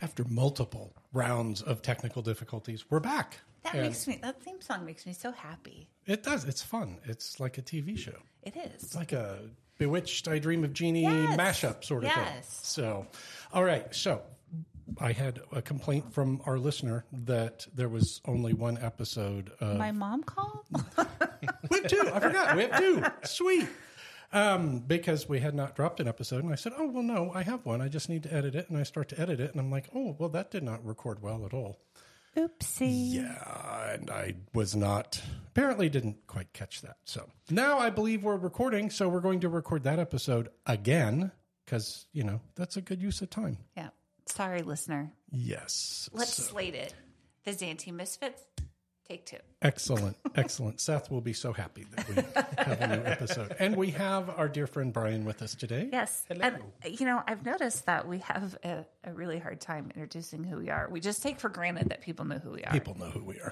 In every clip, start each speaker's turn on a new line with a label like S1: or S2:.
S1: after multiple rounds of technical difficulties, we're back.
S2: That
S1: And
S2: makes me. That theme song makes me so happy.
S1: it does. It's fun. It's like a TV show.
S2: It
S1: It's
S2: is.
S1: like a Bewitched, I Dream of Jeannie
S2: Yes.
S1: mashup sort of thing.
S2: Yes.
S1: So, all right. So, I had a complaint from our listener that there was only one episode of
S2: My mom called.
S1: we have two. I forgot. We have two. Sweet. Um, because we had not dropped an episode, and I said, "Oh well, no, I have one. I just need to edit it." And I start to edit it, and I'm like, "Oh well, that did not record well at all."
S2: Oopsie.
S1: Yeah, and I was not apparently didn't quite catch that. So now I believe we're recording, so we're going to record that episode again because you know that's a good use of time.
S2: Yeah. Sorry, listener.
S1: Yes,
S2: Let's slate it. The Xanti Misfits. Take two.
S1: Excellent, excellent. Seth will be so happy that we have a new episode, and we have our dear friend Brian with us today.
S2: Yes. And, you know, I've noticed that we have a, a really hard time introducing who we are. We just take for granted that people know who we are.
S1: People know who we are.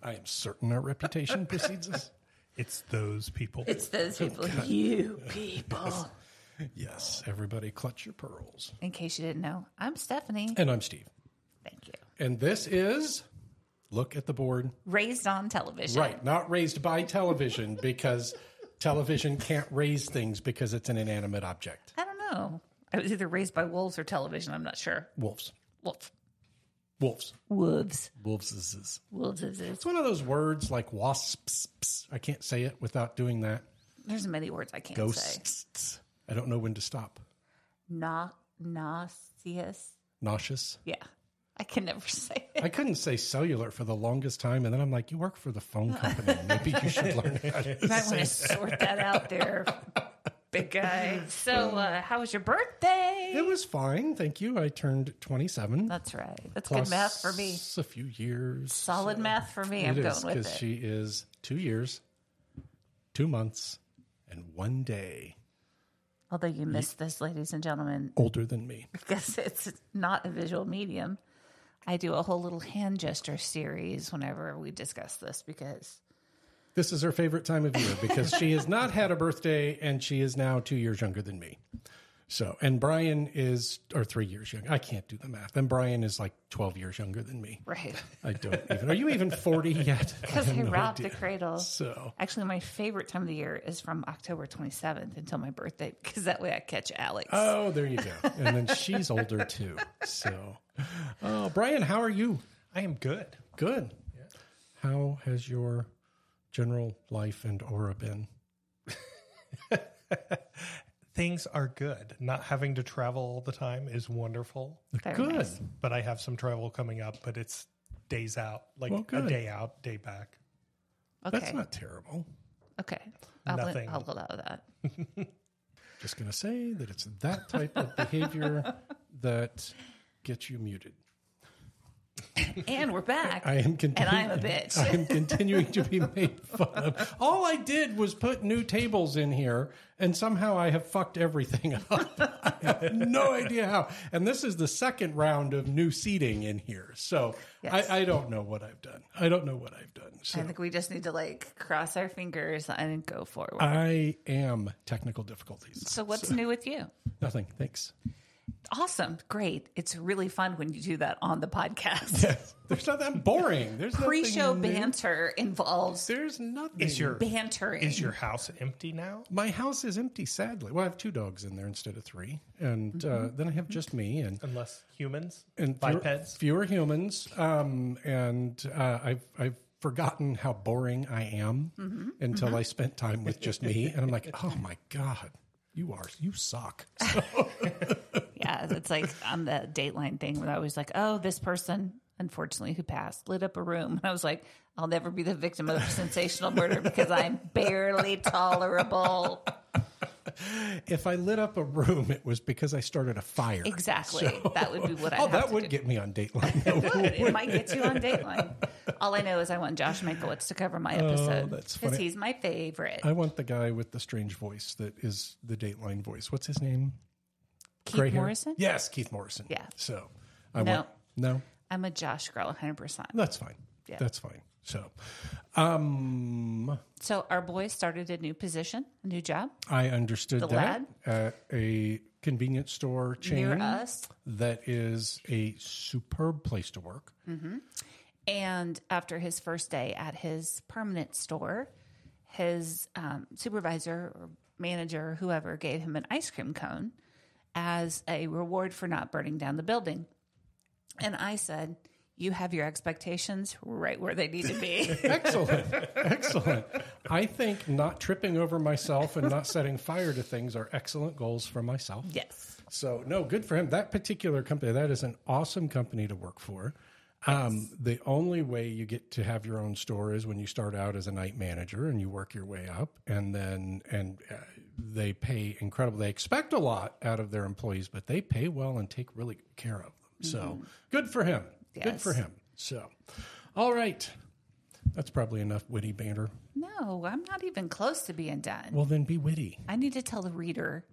S1: I am certain our reputation precedes us.
S3: It's those people.
S2: It's those people. you people.
S1: Yes, everybody clutch your pearls.
S2: In case you didn't know, I'm Stephanie.
S1: And I'm Steve.
S2: Thank you.
S1: And this is Look at the Board.
S2: Raised on television.
S1: Right, not raised by television because television can't raise things because it's an inanimate object.
S2: I don't know. I was either raised by wolves or television. I'm not sure.
S1: Wolves.
S2: Wolf.
S1: Wolves.
S2: Wolves.
S1: Wolves is. is.
S2: Wolves is, is.
S1: It's one of those words like wasps. ps. I can't say it without doing that.
S2: There's many words I can't say.
S1: Ghosts. I don't know when to stop.
S2: Na- nauseous.
S1: Nauseous.
S2: Yeah. I can never say it.
S1: I couldn't say cellular for the longest time, and then I'm like, "You work for the phone company. Maybe you should learn how to
S2: You might want to sort that out there, big guy. So, uh, how was your birthday?
S1: It was fine, thank you. I turned 27.
S2: That's right. That's good math for me.
S1: A few years.
S2: Solid math for me. I'm
S1: It is
S2: going with
S1: because
S2: it.
S1: she is two years, two months, and one day
S2: Although you missed this, ladies and gentlemen,
S1: older than me.
S2: because it's not a visual medium. I do a whole little hand gesture series whenever we discuss this because
S1: This is her favorite time of year because she has not had a birthday, and she is now two years younger than me. So, and Brian is, or three years younger. I can't do the math. And Brian is like 12 years younger than me.
S2: right
S1: I don't even. Are you even 40 yet?
S2: because I,
S1: have no
S2: robbed
S1: idea.
S2: the cradle.
S1: So,
S2: Actually, my favorite time of the year is from October 27th until my birthday because that way I catch Alex.
S1: oh, there you go. And then she's older too. So, oh, Brian, how are you?
S3: I am good.
S1: Good. How has your general life and aura been?
S3: Things are good. Not having to travel all the time is wonderful,
S2: Very
S1: Good.
S2: nice.
S3: but I have some travel coming up, but it's days out, like
S1: Well,
S3: a
S1: good.
S3: day out, day back.
S2: Okay.
S1: That's not terrible.
S2: okay. I'll,
S3: Nothing.
S2: I'll hold out of that.
S1: Just going to say that it's that type of behavior that gets you muted.
S2: And we're back.
S1: I am
S2: and
S1: continuing.
S2: I'm a bitch.
S1: I am continuing to be made fun of. All I did was put new tables in here, and somehow I have fucked everything up. I have no idea how. And this is the second round of new seating in here. So
S2: Yes.
S1: I, I don't know what I've done. I don't know what I've done.
S2: I
S1: So
S2: think we just need to like cross our fingers and go forward.
S1: I am technical difficulties.
S2: so, what's new with you?
S1: Nothing. Thanks.
S2: Awesome. Great. It's really fun when you do that on the podcast.
S1: There's not that boring. There's nothing
S2: Pre show
S1: new.
S2: banter involves
S1: There's nothing.
S3: Is your
S2: bantering.
S3: is your house empty now?
S1: my house is empty, sadly. Well, I have two dogs in there instead of three, and uh, then I have just me and
S3: Unless humans
S1: and fewer-
S3: bipeds.
S1: fewer humans. Um, and uh, I've I've forgotten how boring I am
S2: Mm-hmm.
S1: until I spent time with just me, and I'm like, oh my god, you are you suck.
S2: Yeah, it's like on the Dateline thing where I was like, oh, this person, unfortunately, who passed, lit up a room. And I was like, I'll never be the victim of sensational murder because I'm barely tolerable.
S1: if I lit up a room, it was because I started a fire.
S2: Exactly. that would be what I
S1: Oh,
S2: have
S1: that
S2: to
S1: would
S2: do.
S1: get me on Dateline. though.
S2: Good. It might get you on Dateline. All I know is I want Josh Mankiewicz to cover my episode
S1: Oh, that's
S2: because
S1: funny.
S2: he's my favorite.
S1: I want the guy with the strange voice that is the Dateline voice. What's his name?
S2: Keith
S1: Gray hair?
S2: Morrison.
S1: Yes, Keith Morrison.
S2: Yeah.
S1: So I
S2: No.
S1: want no.
S2: I'm a Josh girl, 100%.
S1: That's fine.
S2: Yeah.
S1: That's fine. So, um,
S2: So our boy started a new position, a new job
S1: I understood
S2: The
S1: that at a convenience store
S2: near
S1: chain
S2: us.
S1: that is a superb place to work.
S2: And after his first day at his permanent store, his um, supervisor or manager, whoever, gave him an ice cream cone as a reward for not burning down the building. And I said, You have your expectations right where they need to be.
S1: Excellent. excellent. I think not tripping over myself and not setting fire to things are excellent goals for myself.
S2: yes.
S1: So no, good for him. That particular company, that is an awesome company to work for. Um, The only way you get to have your own store is when you start out as a night manager and you work your way up, and then and uh, they pay incredible. They expect a lot out of their employees, but they pay well and take really good care of them. So good for him. Good for
S2: Yes.
S1: him. So, all right, that's probably enough witty banter.
S2: No, I'm not even close to being done.
S1: Well, then be witty.
S2: I need to tell the reader,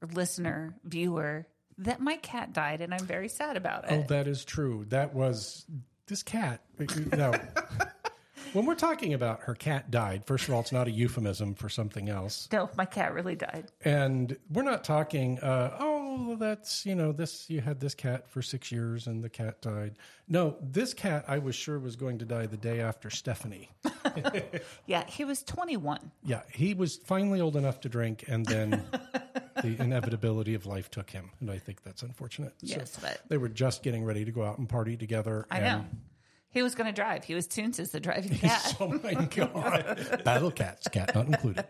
S2: or listener, viewer that my cat died and I'm very sad about it.
S1: Oh, that is true. That was this cat. No. when we're talking about her cat died, first of all, it's not a euphemism for something else.
S2: no, my cat really died.
S1: And we're not talking, uh, oh, that's, you know, this, you had this cat for six years and the cat died. No, this cat I was sure was going to die the day after Stephanie.
S2: Yeah, he was 21.
S1: Yeah, he was finally old enough to drink and then. The inevitability of life took him, and I think that's unfortunate. So
S2: Yes, but
S1: they were just getting ready to go out and party together.
S2: I
S1: and
S2: know. He was going to drive. He was Toons as the driving cat.
S1: Oh my god! Battle cats, cat not included.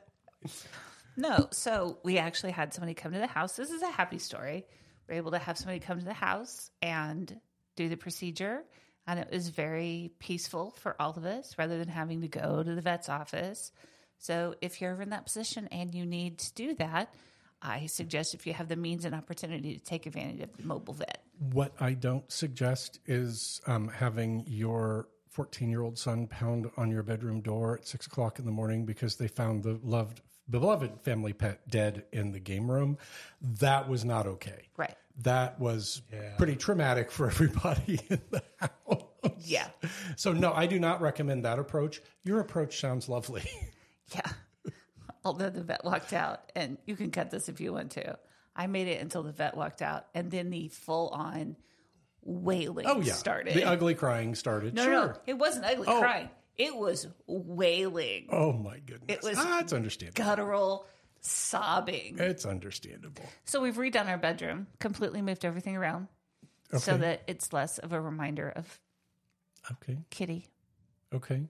S2: no, so we actually had somebody come to the house. This is a happy story. We are able to have somebody come to the house and do the procedure. And it was very peaceful for all of us rather than having to go to the vet's office. So if you're ever in that position and you need to do that, I suggest if you have the means and opportunity to take advantage of the mobile vet.
S1: What I don't suggest is um, having your 14 year old son pound on your bedroom door at six o'clock in the morning because they found the loved, beloved family pet dead in the game room. That was not okay.
S2: Right.
S1: That was pretty traumatic for everybody in the house.
S2: Yeah.
S1: So, no, I do not recommend that approach. Your approach sounds lovely.
S2: Yeah. Although the vet walked out, and you can cut this if you want to. I made it until the vet walked out, and then the full on wailing
S1: Oh, yeah.
S2: started.
S1: The ugly crying started.
S2: no,
S1: sure.
S2: no, it wasn't ugly crying. It was wailing,
S1: Oh, my goodness.
S2: It was-
S1: ah, it's understandable.
S2: guttural sobbing.
S1: It's understandable.
S2: So we've redone our bedroom, completely moved everything around so
S1: Okay.
S2: that it's less of a reminder of
S1: Okay.
S2: kitty.
S1: Okay.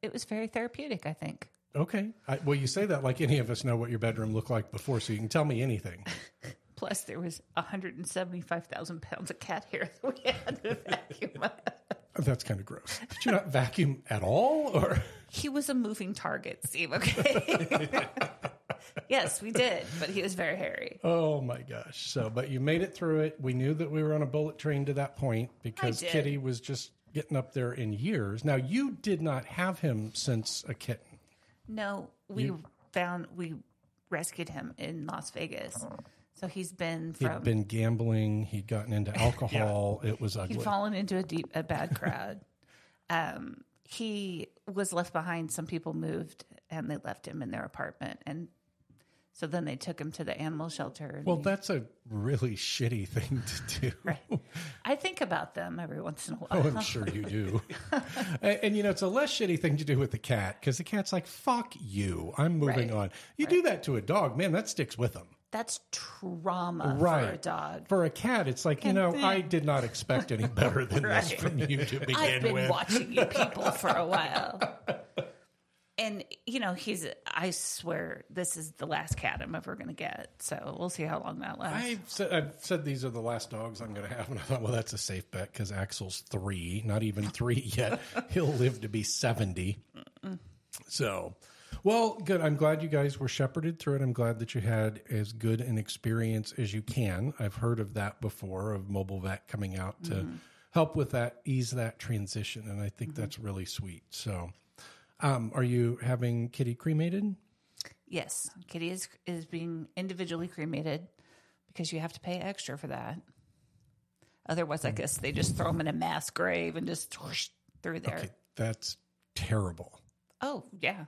S2: It was very therapeutic, I think.
S1: Okay. I, well, you say that like any of us know what your bedroom looked like before, so you can tell me anything.
S2: Plus, there was 175,000 pounds of cat hair that we had to vacuum up.
S1: That's kind of gross. Did you not vacuum at all? Or
S2: He was a moving target, Steve. Okay. yes, we did, but he was very hairy.
S1: oh my gosh! So, but you made it through it. We knew that we were on a bullet train to that point because
S2: did.
S1: Kitty was just getting up there in years. Now you did not have him since a kitten.
S2: No, we found we rescued him in Las Vegas, so he's been
S1: He'd
S2: from
S1: been gambling. He'd gotten into alcohol. It was ugly.
S2: he'd fallen into a deep a bad crowd. um, he was left behind. Some people moved and they left him in their apartment, and so then they took him to the animal shelter. and
S1: well,
S2: we-
S1: that's a really shitty thing to do.
S2: I think about them every once in a while.
S1: Oh, I'm sure you do. and, and, you know, it's a less shitty thing to do with the cat because the cat's like, fuck you. I'm moving on.
S2: Right.
S1: You do that to a dog, man, that sticks with them.
S2: That's trauma for a
S1: Right.
S2: dog.
S1: For a cat, it's like, you know,
S2: then-
S1: I did not expect any better than this
S2: Right.
S1: from you to begin
S2: I've been
S1: with.
S2: watching you people for a while. And you know he's. I swear this is the last cat I'm ever going to get. So we'll see how long that lasts.
S1: I've said, I've said these are the last dogs I'm going to have. And I thought, well, that's a safe bet because Axel's three, not even three yet. He'll live to be 70. So, well, good. I'm glad you guys were shepherded through it. I'm glad that you had as good an experience as you can. I've heard of that before, of mobile vet coming out to help with that, ease that transition. And I think that's really sweet. So, um, are you having Kitty cremated?
S2: yes, Kitty is is being individually cremated because you have to pay extra for that. Otherwise,
S1: Hmm.
S2: I guess they just throw them in a mass grave and just through there.
S1: Okay, that's terrible.
S2: Oh, yeah.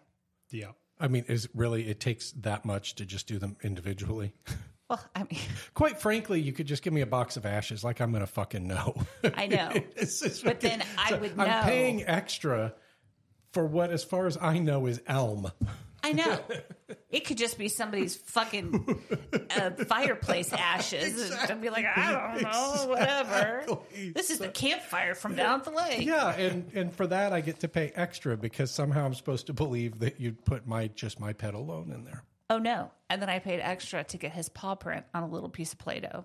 S3: Yeah.
S1: I mean, is really it takes that much to just do them individually?
S2: Well, I mean,
S1: Quite frankly, you could just give me a box of ashes, like I'm going to fucking know.
S2: I know.
S1: It's just
S2: But then
S1: ridiculous.
S2: I would
S1: I'm
S2: know.
S1: paying extra for what, as far as I know, is elm.
S2: I know. It could just be somebody's fucking uh, fireplace ashes. And be like, I don't know, whatever. This is the campfire from down at the lake.
S1: Yeah, and and for that I get to pay extra because somehow I'm supposed to believe that you'd put my just my pet alone in there.
S2: Oh, no. And then I paid extra to get his paw print on a little piece of Play Doh.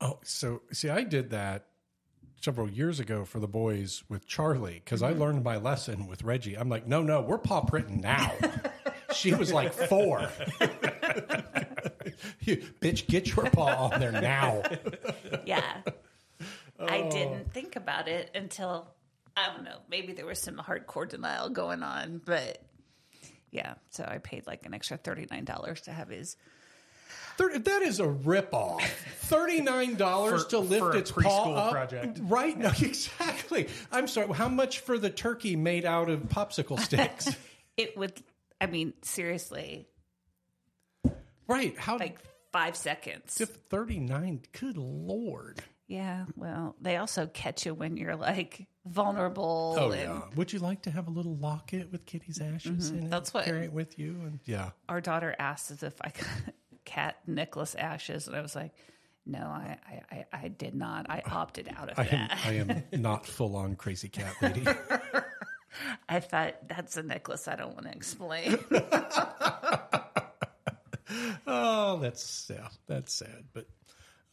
S1: Oh, so see, I did that several years ago for the boys with Charlie because
S3: Mm-hmm.
S1: I learned my lesson with Reggie. I'm like, no, no, we're paw printing now. she was like four. you, bitch, get your paw on there now.
S2: Yeah. I didn't think about it until, I don't know, maybe there was some hardcore denial going on. But yeah, so I paid like an extra $39 to have his.
S1: Thir- that is a ripoff. Thirty nine dollars
S3: For-
S1: to lift
S3: for a
S1: its paw
S3: preschool
S1: up.
S3: project.
S1: Right? No, exactly. I'm sorry. How much for the turkey made out of popsicle sticks?
S2: It would, I mean, seriously,
S1: right? How
S2: like five seconds.
S1: thirty nine? Good lord.
S2: Yeah, well, they also catch you when you're like vulnerable.
S1: Oh
S2: and
S1: yeah. Would you like to have a little locket with Kitty's ashes in it?
S2: Mm-hmm. That's what-
S1: Carry it with you, and yeah.
S2: Our daughter asked us if I got cat necklace ashes, and I was like, "No, I, I, I- I did not. I opted out of
S1: I am,
S2: that.
S1: I am not full on crazy cat lady.
S2: I thought that's a necklace. I don't want to explain.
S1: oh, that's yeah, that's sad. But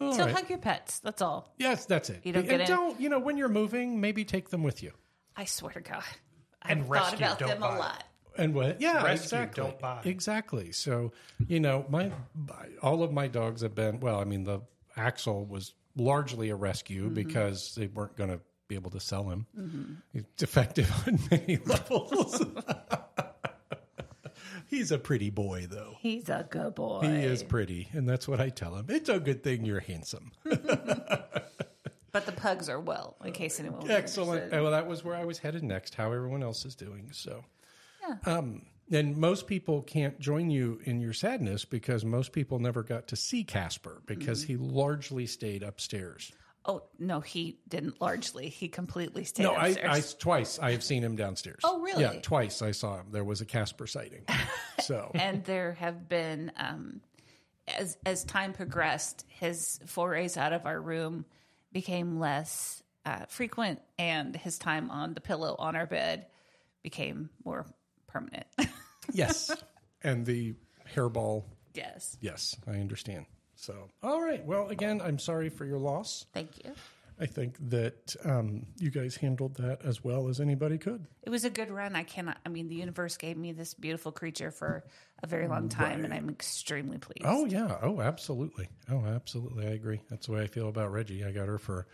S1: all
S2: so
S1: right.
S2: hug your pets. That's all.
S1: yes, that's it.
S2: You don't
S1: and
S2: get in-
S1: don't you know when you're moving, maybe take them with you.
S2: I swear to God,
S3: And
S2: I've thought
S3: rescue,
S2: about
S3: don't
S2: them
S3: buy.
S2: a lot.
S1: and what yeah
S3: Rescue,
S1: exactly
S3: don't buy.
S1: exactly so you know my all of my dogs have been well i mean the axel was largely a rescue because they weren't going to be able to sell him he's defective on many levels he's a pretty boy though
S2: He's a good boy.
S1: he is pretty and that's what i tell him it's a good thing you're handsome
S2: But the pugs are well, in case anyone. was
S1: Excellent.
S2: interested.
S1: Uh, Well, that was where I was headed next. How everyone else is doing. So,
S2: Yeah.
S1: um, and most people can't join you in your sadness because most people never got to see Casper because
S2: Mm-hmm.
S1: he largely stayed upstairs.
S2: Oh no, he didn't. Largely, he completely stayed
S1: no, I,
S2: upstairs.
S1: I twice I have seen him downstairs.
S2: Oh, really?
S1: Yeah, twice I saw him. There was a Casper sighting. So
S2: and there have been um, as as time progressed, his forays out of our room became less uh, frequent, and his time on the pillow on our bed became more permanent.
S1: yes, and the hairball.
S2: yes,
S1: Yes, I understand. So all right. Well, again, I'm sorry for your loss.
S2: thank you.
S1: I think that um, you guys handled that as well as anybody could.
S2: It was a good run. I cannot. I mean, the universe gave me this beautiful creature for a very long time, and I'm extremely pleased.
S1: Mm, Oh yeah. Oh, absolutely. Oh, absolutely. I agree. That's the way I feel about Reggie. I got her for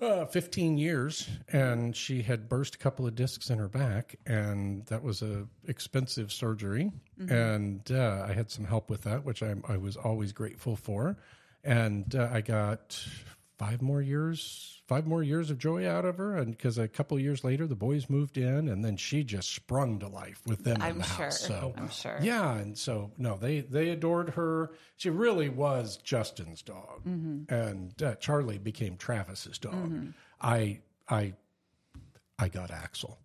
S1: uh, 15 years, and she had burst a couple of discs in her back, and that was a expensive surgery,
S2: Mm-hmm.
S1: and uh, I had some help with that, which I, I was always grateful for, and uh, I got five more years, five more years of joy out of her, and because a couple of years later the boys moved in, and then she just sprung to life with them in
S2: I'm
S1: the
S2: sure.
S1: house. So
S2: I'm sure.
S1: yeah, and so no, they they adored her. She really was Justin's dog,
S2: Mm-hmm.
S1: and uh, Charlie became Travis's dog. I I I got Axel.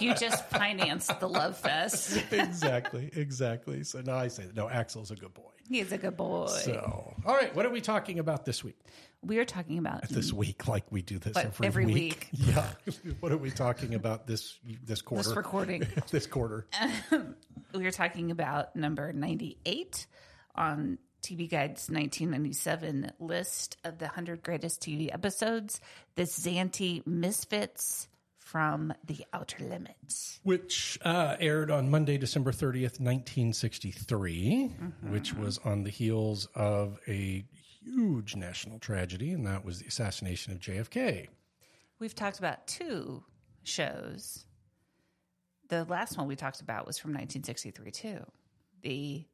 S2: You just financed the love fest.
S1: exactly, exactly. So now I say that no, Axel's a good boy.
S2: He's a good boy.
S1: So all right, what are we talking about this week?
S2: we are talking about
S1: This week, like we do this
S2: But
S1: every,
S2: every
S1: week.
S2: week.
S1: Yeah. what are we talking about this this quarter?
S2: this recording.
S1: this quarter.
S2: we were talking about number 98 on TV Guide's 1997 list of the 100 greatest TV episodes, the Zanti Misfits from The Outer Limits.
S1: which uh, aired on Monday, December 30th, 1963,
S2: Mm-hmm.
S1: which was on the heels of a huge national tragedy, and that was the assassination of JFK.
S2: We've talked about two shows. The last one we talked about was from 1963 too. The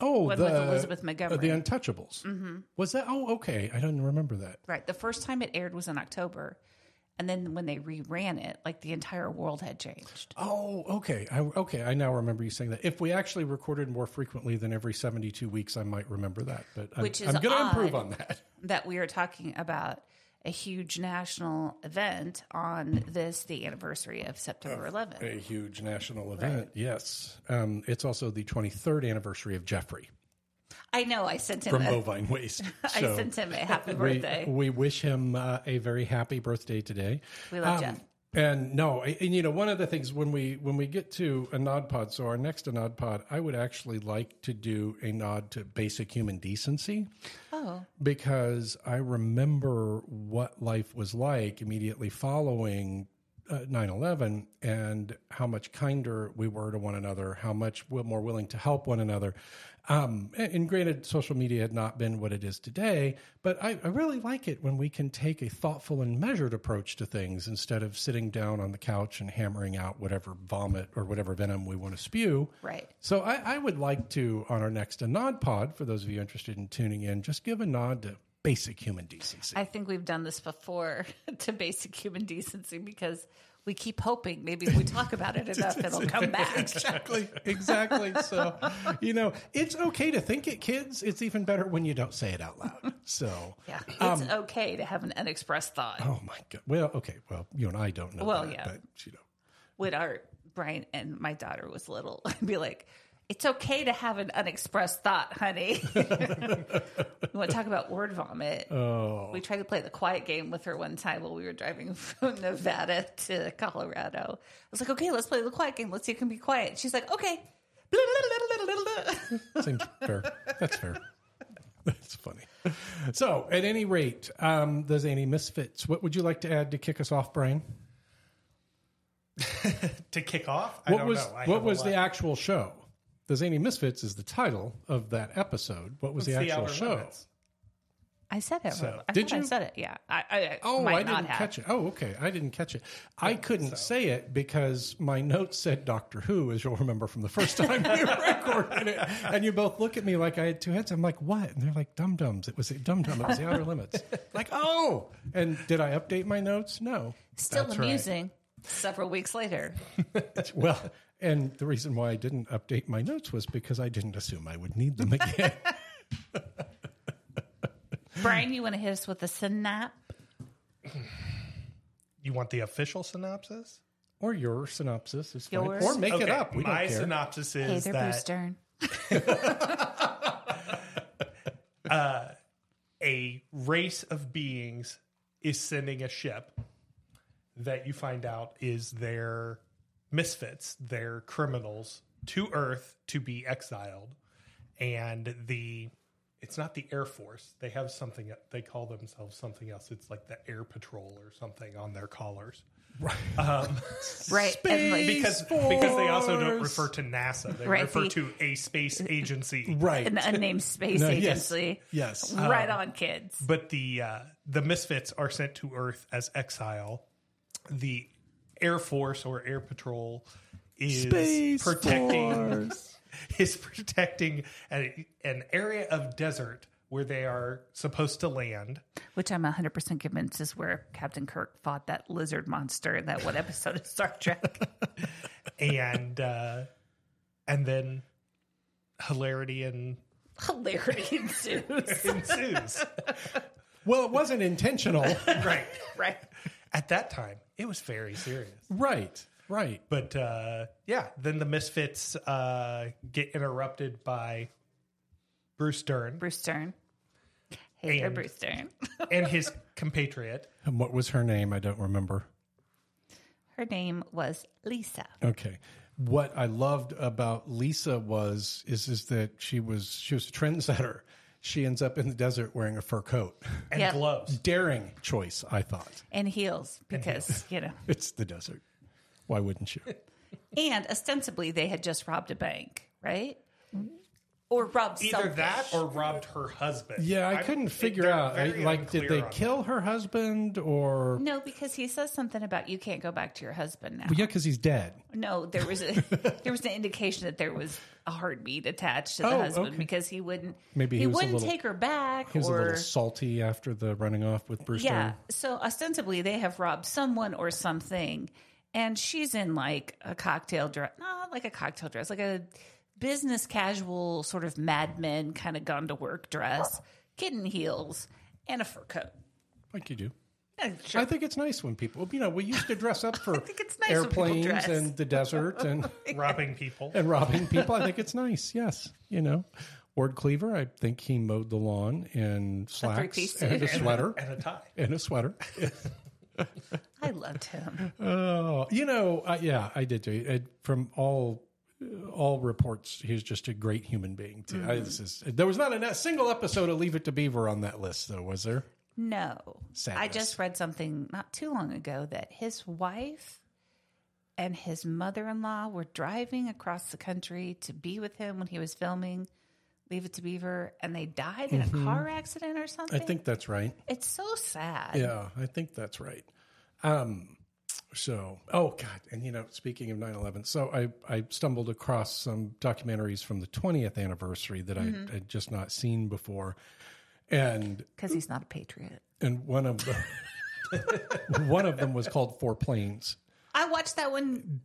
S1: Oh,
S2: One
S1: the,
S2: with Elizabeth
S1: uh,
S2: Montgomery.
S1: the Untouchables. Mm-hmm. Was that? Oh, okay. I didn't remember that.
S2: right. The first time it aired was in October. And then when they reran it, like the entire world had changed.
S1: Oh, okay. I, okay, I now remember you saying that. If we actually recorded more frequently than every seventy-two weeks, I might remember that. But I'm,
S2: Which is
S1: I'm going to
S2: odd.
S1: improve on that.
S2: That we are talking about a huge national event on this, the anniversary of September 11th.
S1: A huge national event. Yes. Um, it's also the twenty-third anniversary of Jeffrey
S2: I know. I sent him.
S1: from
S2: A,
S1: Bovine Waste.
S2: I
S1: So
S2: sent him a happy
S1: we,
S2: birthday.
S1: we wish him uh, a very happy birthday today. Um,
S2: We love Jeff.
S1: And no, and you know, one of the things when we when we get to a nod pod, so our next nod pod, I would actually like to do a nod to basic human decency
S2: Oh,
S1: because I remember what life was like immediately following uh, 9-11 and how much kinder we were to one another, how much we're more willing to help one another. Um, and, and granted, social media had not been what it is today, but I, I really like it when we can take a thoughtful and measured approach to things instead of sitting down on the couch and hammering out whatever vomit or whatever venom we want to spew.
S2: right.
S1: So I, I would like to, on our next Anod Pod, for those of you interested in tuning in, just give a nod to basic human decency.
S2: I think we've done this before to basic human decency because we keep hoping maybe if we talk about it enough, it'll come back.
S1: exactly, exactly. So, you know, it's okay to think it, kids. It's even better when you don't say it out loud. So, um,
S2: Yeah, it's okay to have an unexpressed thought.
S1: oh my god. Well, okay. Well, you and I don't know.
S2: Well,
S1: that,
S2: yeah.
S1: but you know.
S2: When our Brian and my daughter was little, I'd be like, "It's okay to have an unexpressed thought, honey." we want to talk about word vomit. Oh. We tried to play the quiet game with her one time while we were driving from Nevada to Colorado. I was like, "Okay, let's play the quiet game. Let's see who can be quiet." She's like, "Okay."
S1: Seems fair. That's fair. That's funny. So, at any rate, um, there's any misfits. What would you like to add to kick us off, Brian?
S3: To kick off, I
S1: what
S3: don't
S1: was
S3: know. I
S1: what
S3: have a
S1: was the
S3: lot.
S1: actual show? The Zany Misfits is the title of that episode. What was the
S3: It's
S1: actual
S3: outer
S1: show?
S3: limits.
S2: I said it.
S3: So-
S2: I
S1: Did
S2: thought I
S1: you?
S2: said it. Yeah. I, I, I
S1: Oh,
S2: might
S1: I
S2: not
S1: didn't
S2: have.
S1: catch it. Oh, okay, I didn't catch it. I couldn't say it because my notes said Doctor Who, as you'll remember from the first time we recorded it. And you both look at me like I had two heads. I'm like, what? And they're like, Dum Dums. It was Dum Dum. It was the Outer Limits. like, oh. And did I update my notes? No.
S2: Still
S1: That's right.
S2: amusing. Several weeks later,
S1: Well, and the reason why I didn't update my notes was because I didn't assume I would need them again.
S2: Brian, you want to hit us with a synap?
S3: You want the official synopsis?
S1: or your synopsis is fine.
S2: Yours?
S1: Or make it
S3: Okay,
S1: up. We
S3: my
S1: don't care.
S3: synopsis
S2: Hey
S3: is
S2: there,
S3: that
S2: Bruce Stern.
S3: a race of beings is sending a ship that you find out is their misfits, their criminals to Earth to be exiled. And the it's not the Air Force. They have something they call themselves something else. It's like the Air Patrol or something on their collars.
S2: Right. And like,
S3: Because because they also don't refer to NASA. They
S2: Right,
S3: refer
S2: the-
S3: to a space agency.
S1: Right.
S2: an unnamed space
S1: No, yes.
S2: agency.
S1: Yes.
S2: Right on, kids.
S3: But the uh, the misfits are sent to Earth as exile. The Air Force or Air Patrol is protecting is protecting a, an area of desert where they are supposed to land.
S2: Which I'm 100% convinced is where Captain Kirk fought that lizard monster in that one episode of Star Trek.
S3: and uh, and then hilarity and
S2: Hilarity ensues.
S3: ensues.
S1: Well, it wasn't intentional.
S3: right.
S2: Right.
S3: At that time, it was very serious.
S1: right. Right.
S3: But uh, yeah, then the misfits uh, get interrupted by Bruce Dern
S2: Bruce Stern. Hey there,
S3: And-
S2: Bruce Stern.
S3: and his compatriot.
S1: And what was her name? I don't remember.
S2: Her name was Lisa.
S1: Okay. What I loved about Lisa was is is that she was she was a trendsetter. She ends up in the desert wearing a fur coat.
S3: And
S2: Yeah.
S3: gloves.
S1: Daring choice, I thought.
S2: And heels, because, you know.
S1: It's the desert. Why wouldn't you?
S2: And ostensibly, they had just robbed a bank, right? or robbed
S3: Either
S2: something.
S3: that or robbed her husband.
S1: Yeah, I
S3: I'm-
S1: couldn't
S3: it-
S1: figure
S3: they're
S1: out. I,
S3: very
S1: like, did
S3: unclear
S1: they
S3: on
S1: kill her husband or?
S2: no, because he says something about you can't go back to your husband now.
S1: Yeah, because he's dead.
S2: No, there was a there was an indication that there was a heartbeat attached to the
S1: Oh,
S2: husband
S1: okay.
S2: because he wouldn't
S1: Maybe he
S2: he,
S1: was a
S2: wouldn't
S1: little-
S2: take her back
S1: He was a
S2: or
S1: little salty after the running off with Brewster.
S2: yeah. So ostensibly they have robbed someone or something, and she's in like a cocktail dress, not like a cocktail dress, like a business casual sort of madman kind of gone to work dress, kitten heels, and a fur coat.
S1: like you do.
S2: Yeah, sure.
S1: I think it's nice when people, you know, we used to dress up for
S2: it's nice when people
S1: airplanes
S2: dress.
S1: and the desert and
S3: robbing people.
S1: and robbing people. I think it's nice. Yes, you know, Ward Cleaver. I think he mowed the lawn in
S2: three-piece
S1: slacks
S2: suit.
S1: and a sweater
S3: and a tie.
S1: and a sweater.
S2: I loved him.
S1: Oh, you know, uh, yeah, I did too. It, from all all reports, he was just a great human being too.
S2: Mm-hmm.
S1: I, this is there was not a single episode of Leave It to Beaver on that list, though, was there?
S2: No, I
S1: Sadness.
S2: just read something not too long ago that his wife and his mother-in-law were driving across the country to be with him when he was filming Leave It to Beaver, and they died in a car accident or
S1: Mm-hmm. I
S2: something.
S1: think that's right.
S2: It's so sad.
S1: Yeah, I think that's right. Um, so, oh God, and you know, speaking of 9-11, so I, I stumbled across some documentaries from the 20th anniversary that I had just not seen before. And,
S2: Because he's not a patriot.
S1: and one of the, one of them was called Four Planes.
S2: I watched that one.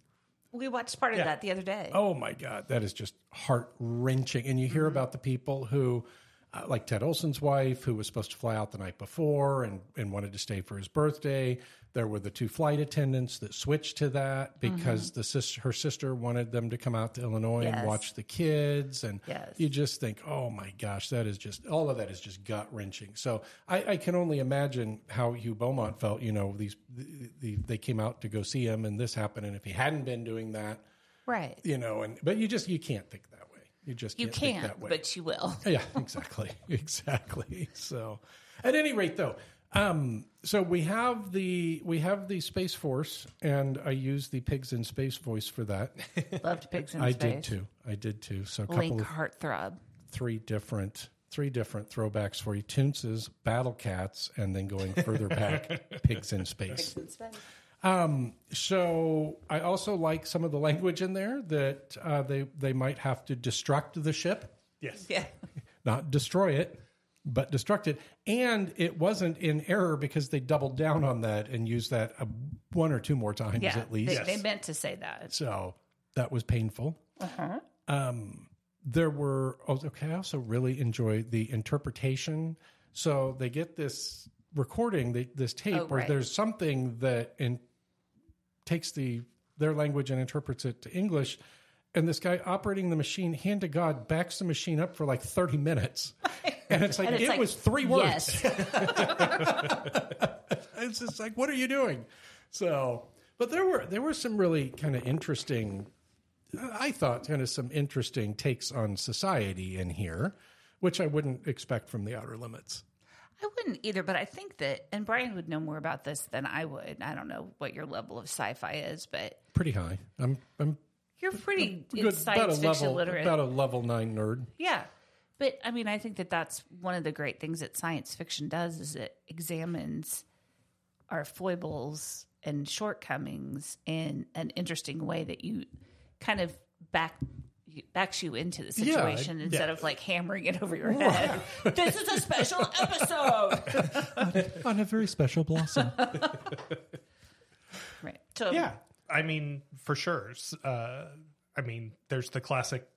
S2: We watched part of that the other day.
S1: Oh my God, that is just heart wrenching. And you hear
S2: Mm-hmm.
S1: about the people who, uh, like Ted Olson's wife, who was supposed to fly out the night before and, and wanted to stay for his birthday. There were the two flight attendants that switched to that because the sis- her sister wanted them to come out to Illinois
S2: Mm-hmm. Yes.
S1: and watch the kids. And
S2: Yes.
S1: you just think, oh my gosh, that is just all of that is just gut wrenching. So I, I can only imagine how Hugh Beaumont felt. You know, these the, the, they came out to go see him, and this happened. And if he hadn't been doing that,
S2: Right.
S1: you know and but you just you can't think that way you just
S2: You
S1: can't think
S2: can't,
S1: that way
S2: but you will.
S1: yeah exactly exactly so at any rate though um so we have the we have the space force and i use the pigs in space voice for that
S2: Loved Pigs in
S1: i
S2: Space.
S1: did too i did too so a couple
S2: Link
S1: of
S2: Heartthrob.
S1: three different three different throwbacks for you toonses battle cats and then going further back pigs in space so I also like some of the language in there that uh, they they might have to destruct the ship,
S3: Yes.
S2: Yeah.
S1: not destroy it, but destruct it. And it wasn't in error because they doubled down on that and used that uh, one or two more times
S2: Yeah.
S1: at least.
S2: They, they meant to say that.
S1: So that was painful.
S2: Uh-huh.
S1: Um, there were oh, okay. I also really enjoyed the interpretation. So they get this recording, the, this tape,
S2: Oh,
S1: where
S2: right.
S1: there's something that in, takes the their language and interprets it to English. And this guy operating the machine, hand to God, backs the machine up for like 30 minutes. And it's like,
S2: And it's
S1: it
S2: like,
S1: was three words.
S2: Yes.
S1: it's just like what are you doing so but there were there were some really kind of interesting i thought kind of some interesting takes on society in here which i wouldn't expect from the outer limits
S2: I wouldn't either, but I think that, and Brian would know more about this than I would. I don't know what your level of sci-fi is, but
S1: pretty high i'm i'm
S2: you're pretty
S1: good about a
S2: science fiction
S1: level
S2: literate.
S1: about a level 9 nerd
S2: yeah, but I mean, I think that that's one of the great things that science fiction does is it examines our foibles and shortcomings in an interesting way that you kind of back backs you into the
S1: Yeah, I-
S2: situation instead of like hammering it over your head. this is a special episode,
S1: on a very special blossom
S2: right? So
S3: Yeah. Um, I mean, for sure. S- Uh, I mean, there's the classic.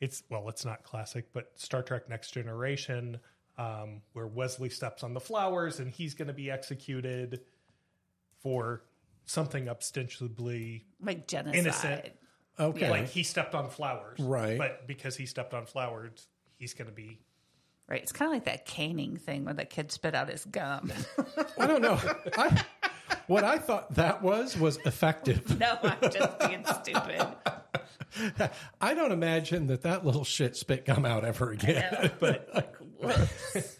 S3: It's well, it's not classic, but Star Trek: Next Generation, um, where Wesley steps on the flowers and he's going to be executed for something ostensibly
S2: like genocide.
S3: Innocent.
S1: okay
S3: like he stepped on flowers,
S1: Right.
S3: But because he stepped on flowers, he's going to be
S2: Right. It's kind of like that caning thing where that kid spit out his gum.
S1: i don't know i what i thought that was was effective
S2: no, I'm just being stupid.
S1: i don't imagine that that little shit spit gum out ever again
S2: Like, what?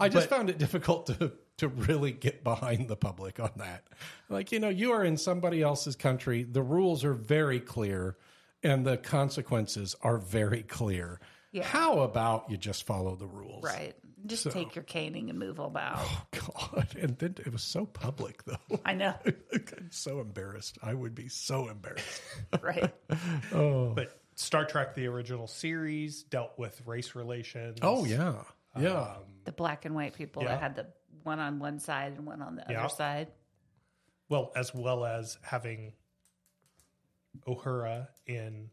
S1: I just found it difficult to to really get behind the public on that. Like, you know, you are in somebody else's country, the rules are very clear and the consequences are very clear.
S2: Yeah.
S1: How about you just follow the rules?
S2: Right. Just take your caning and move about.
S1: Oh, God. And then it was so public, though.
S2: I know.
S1: I'm so embarrassed. I would be so embarrassed.
S2: Right.
S1: Oh.
S3: But Star Trek, the original series, dealt with race relations.
S1: Oh, yeah. Yeah.
S2: The black and white people
S3: Yeah.
S2: that had the one on one side and one on the
S3: Yeah.
S2: other side.
S3: Well, as well as having O'Hara in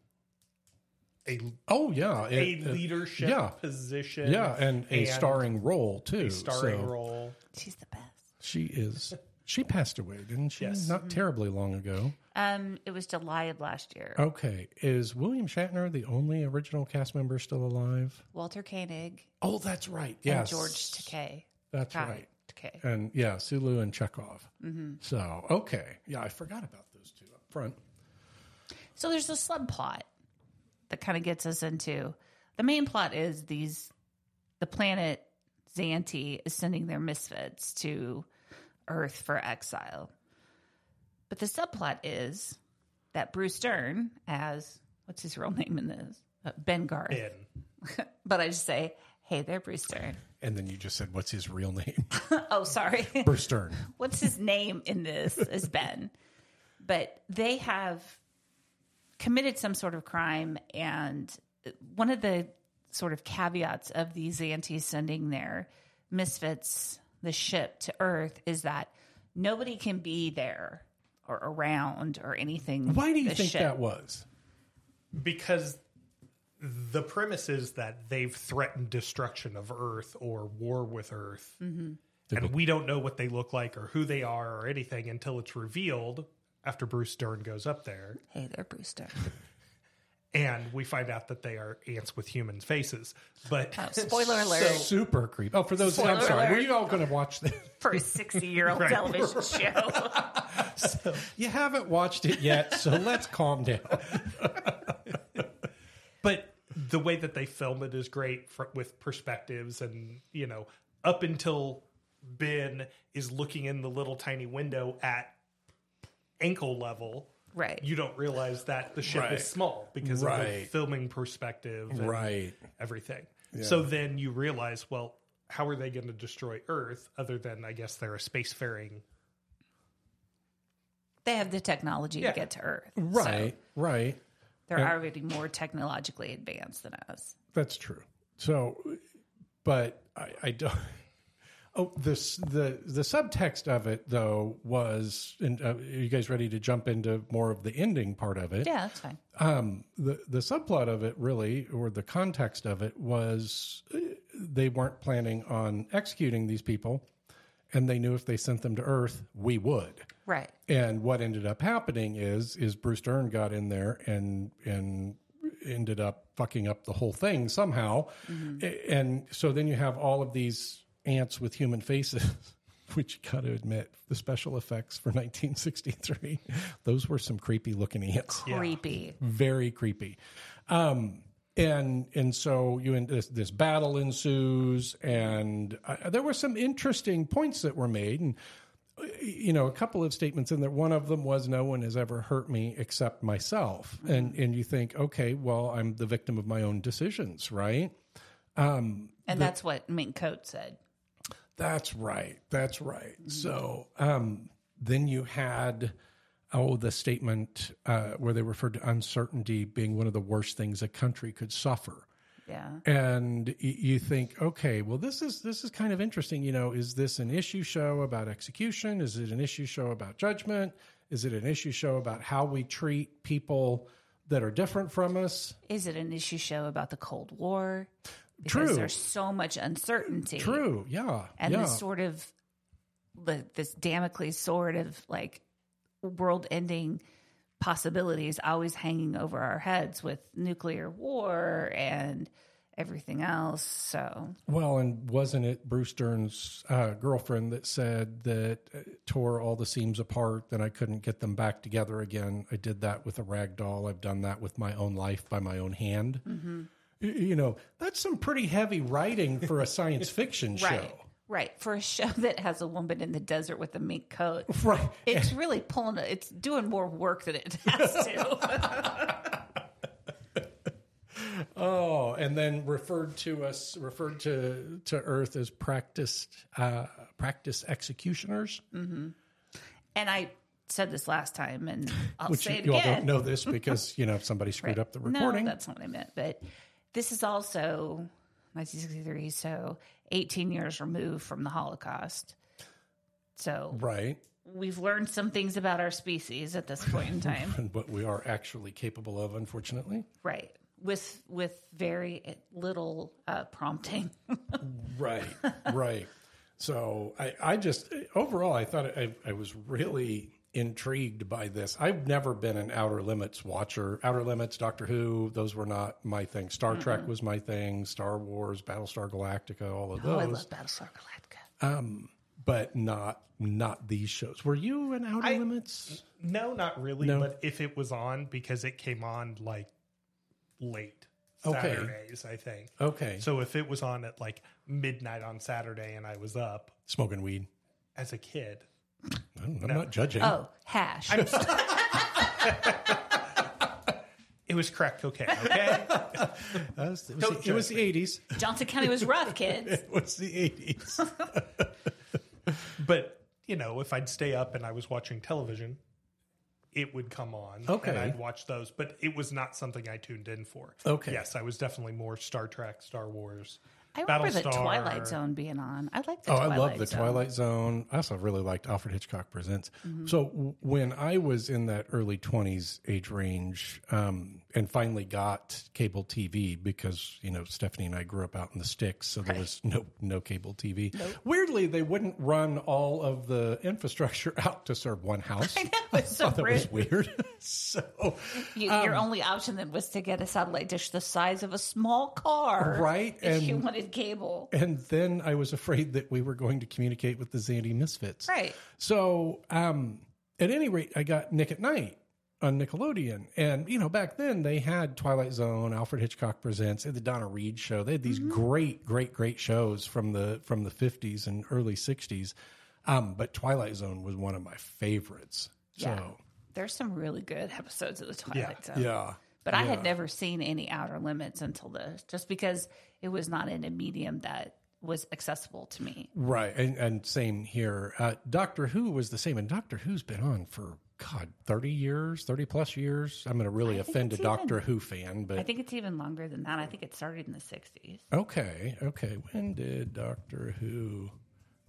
S3: a,
S1: oh, yeah.
S3: a
S1: It- it-
S3: leadership
S1: yeah.
S3: position.
S1: yeah. And a starring role, too.
S3: starring
S1: So
S3: role.
S2: She's the best.
S1: She is. She passed away, didn't she?
S3: Yes.
S1: Not terribly long ago.
S2: Um, it was July of last year.
S1: Okay. Is William Shatner the only original cast member still alive?
S2: Walter Koenig
S1: Oh, that's right.
S2: and
S1: Yes.
S2: George Takei.
S1: That's
S2: Kai
S1: right.
S2: Takei.
S1: And yeah, Sulu and Chekhov. So, okay. Yeah, I forgot about those two up front.
S2: So there's a subplot that kind of gets us into the main plot is these the planet Xanti is sending their misfits to Earth for exile. But the subplot is that Bruce Dern as what's his real name in this? Uh, ben Garth.
S3: In
S2: But I just say, "Hey there Bruce Dern."
S1: And then you just said, what's his real name?
S2: oh, sorry.
S1: Bruce Stern.
S2: what's his name in this is Ben. But they have committed some sort of crime. And one of the sort of caveats of these antis sending their misfits, the ship to Earth, is that nobody can be there or around or anything.
S1: Why do you
S2: the
S1: think
S2: ship.
S1: that was?
S3: because the premise is that they've threatened destruction of Earth or war with Earth, and we don't know what they look like or who they are or anything until it's revealed after Bruce Dern goes up there,
S2: Hey there, Brewster.
S3: and we find out that they are ants with human faces. But
S2: Spoiler alert
S1: Super creep. Oh, for those, I'm
S2: Spoiler
S1: sorry. Were
S2: alert.
S1: you all going to watch this?
S2: for a 60 year old
S3: Right.
S2: television show.
S1: You haven't watched it yet, so let's calm down.
S3: but the way that they film it is great for, with perspectives and you know up until ben is looking in the little tiny window at ankle level
S2: Right.
S3: you don't realize that the ship
S1: Right.
S3: is small because of the
S1: Right.
S3: filming perspective and
S1: Right.
S3: everything so then you realize well how are they going to destroy earth other than i guess they're a spacefaring
S2: they have the technology
S3: Yeah.
S2: to get to Earth.
S1: Right. Uh,
S2: So
S1: Right.
S2: they're already more technologically advanced than us.
S1: That's true. So, but I, I don't. Oh, this the the subtext of it though was, and uh, are you guys ready to jump into more of the ending part of it?
S2: Yeah, that's fine.
S1: Um, the the subplot of it really, or the context of it was, uh, they weren't planning on executing these people, and they knew if they sent them to Earth, we would.
S2: Right.
S1: And what ended up happening is is Bruce Dern got in there and and ended up fucking up the whole thing somehow. A- And so then you have all of these ants with human faces, which you gotta admit, the special effects for 1963, those were some creepy looking ants.
S2: Creepy.
S1: Very creepy. Um and and so you and this, this battle ensues, and uh, there were some interesting points that were made, and you know a couple of statements in there one of them was no one has ever hurt me except myself and and you think okay well i'm the victim of my own decisions right
S2: And that's what Mink Coat said.
S1: that's right that's right so um then you had oh the statement uh where they referred to uncertainty being one of the worst things a country could suffer
S2: Yeah.
S1: and y- you think okay well this is this is kind of interesting you know is this an issue show about execution is it an issue show about judgment is it an issue show about how we treat people that are different from us
S2: Is it an issue show about the Cold War? Because
S1: True.
S2: there's so much uncertainty.
S1: true yeah
S2: And
S1: yeah
S2: this sort of the this Damocles sword of like world ending possibilities always hanging over our heads with nuclear war and everything else. So
S1: well and wasn't it bruce dern's uh, girlfriend that said that uh, tore all the seams apart that i couldn't get them back together again i did that with a rag doll i've done that with my own life by my own hand
S2: Mm-hmm.
S1: Y- you know that's some pretty heavy writing for a science fiction show
S2: Right. Right. For a show that has a woman in the desert with a mink coat.
S1: Right.
S2: It's really pulling a, it's doing more work than it has to.
S1: Oh, and then referred to us, referred to to Earth as practiced uh, practice executioners,
S2: And I said this last time, and I'll
S1: which
S2: say
S1: you,
S2: it
S1: you all
S2: again.
S1: don't know this because you know somebody screwed up the recording.
S2: No, that's not what I meant. But this is also 1963, so 18 years removed from the Holocaust. So
S1: right,
S2: we've learned some things about our species at this point in time,
S1: and what we are actually capable of, unfortunately.
S2: right? With with very little uh, prompting.
S1: Right, right. So I, I just overall, I thought I, I was really intrigued by this. I've never been an Outer Limits watcher. Outer Limits, Doctor Who, those were not my thing. Star Trek was my thing. Star Wars, Battlestar Galactica, all of
S2: Oh,
S1: those,
S2: I love Battlestar Galactica.
S1: but not not these shows. Were you an Outer
S3: I-
S1: Limits?
S3: No, not really.
S1: No.
S3: But if it was on, because it came on like late
S1: Okay.
S3: Saturdays, I think.
S1: Okay, so,
S3: So if it was on at like midnight on Saturday and I was up
S1: smoking weed.
S3: as a kid,
S1: I don't- I'm not judging.
S2: Oh, hash.
S3: it was crack cocaine. Okay,
S1: That was- it,
S3: Don't
S1: was the, it was
S3: judge
S1: the 80s.
S2: Johnson County was rough, kids.
S1: It was the 80s.
S3: but you know, if I'd stay up and I was watching television, it would come on.
S1: Okay.
S3: and I'd watch those. But it was not something I tuned in for.
S1: Okay.
S3: yes, I was definitely more Star Trek, Star Wars.
S2: I remember the
S3: Battlestar.
S2: Twilight Zone being on. I like the
S1: Oh, I
S2: Twilight
S1: love the
S2: Zone.
S1: Twilight Zone. I also really liked Alfred Hitchcock Presents.
S2: Mm-hmm.
S1: So w- when I was in that early twenties age range, um, and finally got cable TV because you know Stephanie and I grew up out in the sticks, so there was no no cable TV. Weirdly, they wouldn't run all of the infrastructure out to serve one house.
S2: It was so
S1: That
S2: rude.
S1: was weird. so
S2: You,
S1: Um,
S2: your only option then was to get a satellite dish the size of a small car,
S1: Right,
S2: If you
S1: and-
S2: wanted cable,
S1: and then I was afraid that we were going to communicate with the Zandy Misfits.
S2: right?
S1: So, um, at any rate, I got Nick at Night on Nickelodeon, and you know, back then they had Twilight Zone, Alfred Hitchcock Presents, and the Donna Reed Show. They had these
S2: Mm-hmm.
S1: great, great, great shows from the from the fifties and early sixties. Um, but Twilight Zone was one of my favorites.
S2: Yeah. Oh.
S1: So,
S2: There's some really good episodes of the Twilight Zone,
S1: yeah,
S2: but I had never seen any Outer Limits until this, just because it was not in a medium that was accessible to me.
S1: right, and, and same here. Uh, Doctor Who was the same, and Doctor Who's been on for. God, thirty years, thirty plus years. I'm going to really
S2: think
S1: offend a
S2: it's even-
S1: Doctor Who fan, but
S2: I think it's even longer than that. I think it started in the '60s.
S1: Okay, okay. When did Doctor Who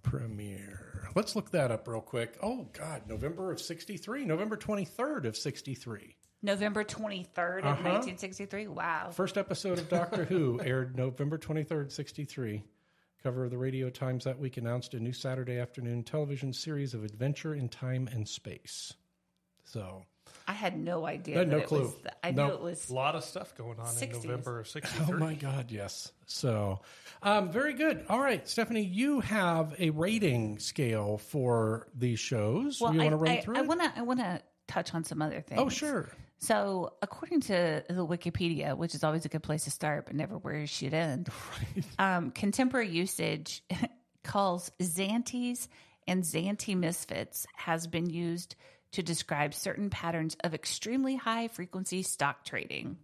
S1: premiere? Let's look that up real quick. Oh God, November of '63, November 23rd of '63.
S2: November 23rd of
S1: Uh-huh.
S2: 1963. Wow.
S1: First episode of Doctor Who aired November 23rd, '63. Cover of the Radio Times that week announced a new Saturday afternoon television series of adventure in time and space. So,
S2: I had no idea.
S1: I had
S2: that
S1: no
S2: it
S1: clue.
S2: Was the, I
S1: Nope.
S2: knew it was.
S3: A lot of stuff going on
S2: 60s.
S3: in November of
S1: oh
S3: '63.
S1: my God, yes. So, um, very good. All right, Stephanie, you have a rating scale for these shows.
S2: Well,
S1: you
S2: I,
S1: want to run
S2: I,
S1: through
S2: I
S1: it?
S2: want to. I want to touch on some other things.
S1: Oh, sure.
S2: So, according to the Wikipedia, which is always a good place to start, but never where you should end, um, contemporary usage calls Xantes and Xanti misfits has been used to describe certain patterns of extremely high frequency stock trading.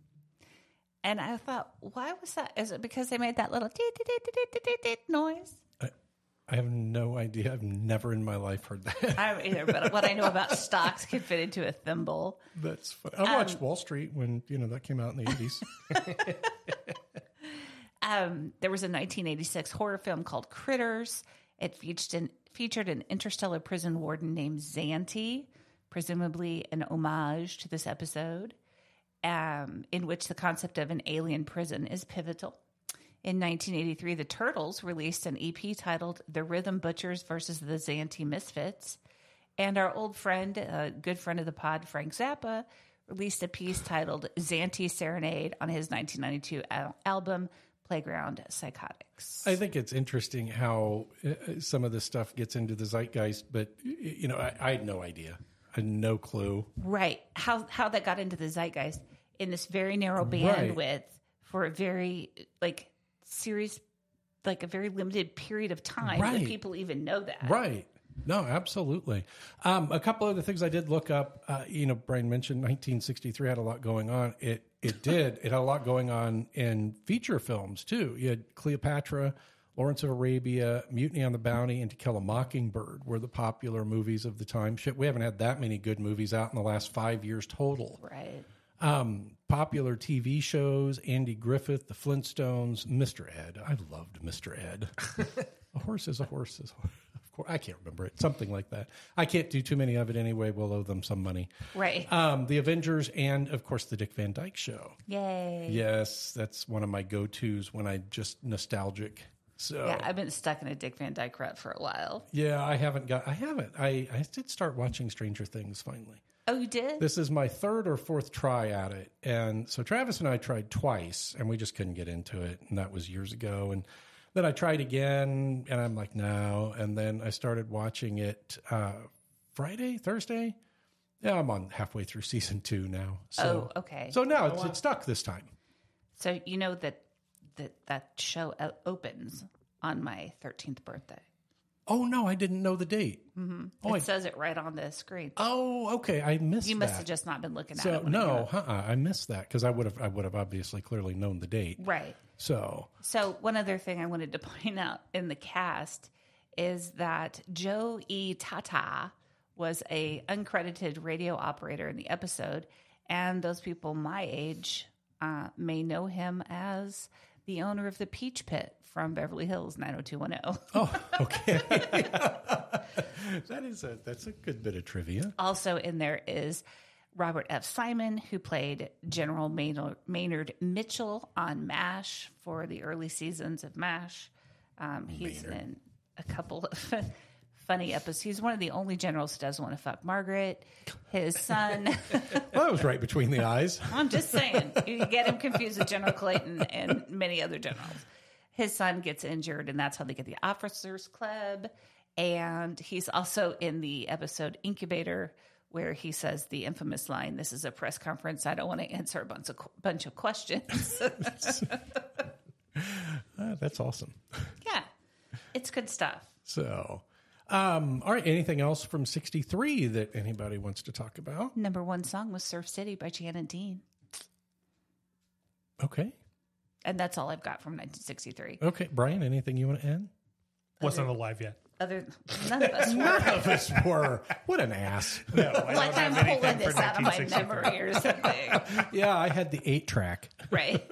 S2: And I thought, why was that? Is it because they made that little teet, teet, teet, teet, teet, teet, teet noise?
S1: I have no idea. I've never in my life heard that.
S2: I don't either, but what I know about stocks could fit into a thimble.
S1: That's fun. I watched Wall Street when you know that came out in the eighties.
S2: Um, there was a 1986 horror film called Critters. It featured an, featured an interstellar prison warden named Zanti, presumably an homage to this episode, um, in which the concept of an alien prison is pivotal. In 1983, the Turtles released an EP titled The Rhythm Butchers versus the Zanti Misfits. And our old friend, a good friend of the pod, Frank Zappa, released a piece titled Zanti Serenade on his 1992 al- album, Playground Psychotics.
S1: I think it's interesting how uh, uh, some of this stuff gets into the zeitgeist, but y- y- you know, I, I had no idea. I had no clue.
S2: Right. How, how that got into the zeitgeist in this very narrow bandwidth for a very, like, serious, like a very limited period of time. that
S1: Right.
S2: people even know that.
S1: Right. No, absolutely. Um, a couple other things I did look up. Uh, you know, Brian mentioned 1963 had a lot going on. It it did. it had a lot going on in feature films too. You had Cleopatra, Lawrence of Arabia, Mutiny on the Bounty, and To Kill a Mockingbird were the popular movies of the time. Shit, we haven't had that many good movies out in the last five years total.
S2: Right.
S1: Um, popular TV shows: Andy Griffith, The Flintstones, Mr. Ed. I loved Mr. Ed. a horse is a horse is a horse. Of course, I can't remember it. Something like that. I can't do too many of it anyway. We'll owe them some money.
S2: Right.
S1: Um, the Avengers, and of course, the Dick Van Dyke Show.
S2: Yay.
S1: Yes, that's one of my go tos when I just nostalgic. So
S2: Yeah, I've been stuck in a Dick Van Dyke rut for a while.
S1: yeah, I haven't got. I haven't. I I did start watching Stranger Things finally.
S2: Oh, you did?
S1: This is my third or fourth try at it. And so Travis and I tried twice and we just couldn't get into it. And that was years ago. And then I tried again and I'm like, no. And then I started watching it uh, Friday, Thursday. Yeah, I'm on halfway through season two now. So,
S2: oh, okay. So,
S1: so now it's, it's stuck this time.
S2: you know that that that show o- opens on my 13th birthday.
S1: Oh, no, I didn't know the date.
S2: Mm.
S1: Oh,
S2: it
S1: I-
S2: says it right on the screen.
S1: Oh, okay. I missed
S2: you
S1: that.
S2: must have just not been looking at
S1: so
S2: it. when I
S1: no,
S2: got-
S1: uh-uh, I missed that because I would have I would have obviously clearly known the date.
S2: Right.
S1: So
S2: So, one other thing I wanted to point out in the cast is that Joe E. Tata was a uncredited radio operator in the episode, and those people my age uh, may know him as the owner of the Peach Pit from Beverly Hills 90210.
S1: Oh, okay. that is a that's a good bit of trivia.
S2: Also in there is Robert F. Simon, who played General Maynard, Maynard Mitchell on MASH for the early seasons of MASH. Um, he's in a couple of funny episodes. He's one of the only generals who doesn't want to fuck Margaret, his son.
S1: Well, that was right between the eyes.
S2: I'm just saying, you get him confused with General Clayton and many other generals. His son gets injured, and that's how they get the Officers Club. And he's also in the episode Incubator, where he says the infamous line This is a press conference. I don't want to answer a bunch of, bunch of questions.
S1: Ah, that's awesome.
S2: yeah, it's good stuff.
S1: So, um, all right. Anything else from '63 that anybody wants to talk about?
S2: Number one song was Surf City by Janet Dean.
S1: Okay.
S2: And that's all I've got from 1963.
S1: Okay, Brian. Anything you want to add?
S3: Wasn't alive yet.
S2: Other none of us were.
S1: None of us were. What an ass.
S3: No, I
S2: Like I'm pulling this out of my
S3: 1963.
S2: memory or something,
S1: Yeah, I had the eight track.
S2: right?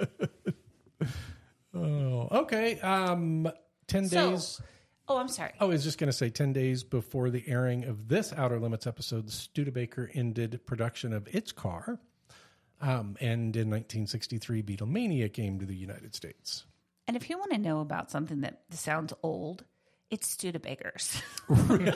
S1: Oh, okay. Um, ten days.
S2: So, oh, I'm sorry.
S1: I was just going to say, 10 days before the airing of this Outer Limits episode, Studebaker ended production of its car. Um, and in 1963, Beatlemania came to the United States.
S2: And if you want to know about something that sounds old, it's Studebakers. when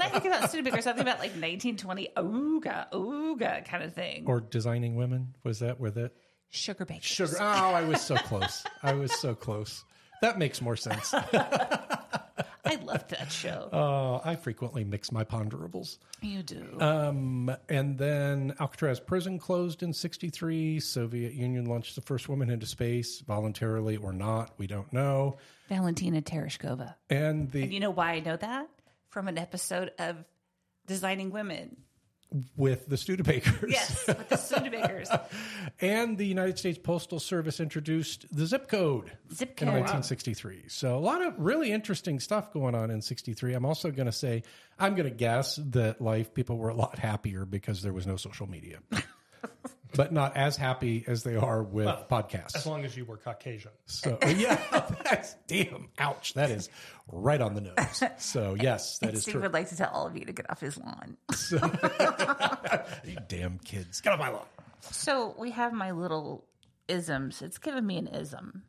S2: I think about Studebakers, I think about like 1920 ooga ooga kind of thing.
S1: Or Designing Women, was that where that?
S2: Sugar bakers.
S1: Sugar. Oh, I was so close. I was so close. That makes more sense.
S2: I love that show.
S1: Uh, I frequently mix my ponderables.
S2: you do.
S1: Um, and then Alcatraz prison closed in 63. Soviet Union launched the first woman into space, voluntarily or not, we don't know.
S2: Valentina Tereshkova.
S1: And the
S2: You know why I know that? From an episode of Designing Women.
S1: with the Studebakers.
S2: Yes, with the Studebakers.
S1: And the United States Postal Service introduced the zip code
S2: Zip
S1: in
S2: code.
S1: 1963. So a lot of really interesting stuff going on in 63. I'm also going to say, I'm going to guess that life people were a lot happier because there was no social media. but not as happy as they are with podcasts.
S3: As long as you were Caucasian.
S1: So yeah, that's damn ouch. That is right on the nose. So yes, that is
S2: Steve
S1: true.
S2: would like to tell all of you to get off his lawn.
S1: You damn kids. Get off my lawn.
S2: So we have my little isms. It's given me an ism.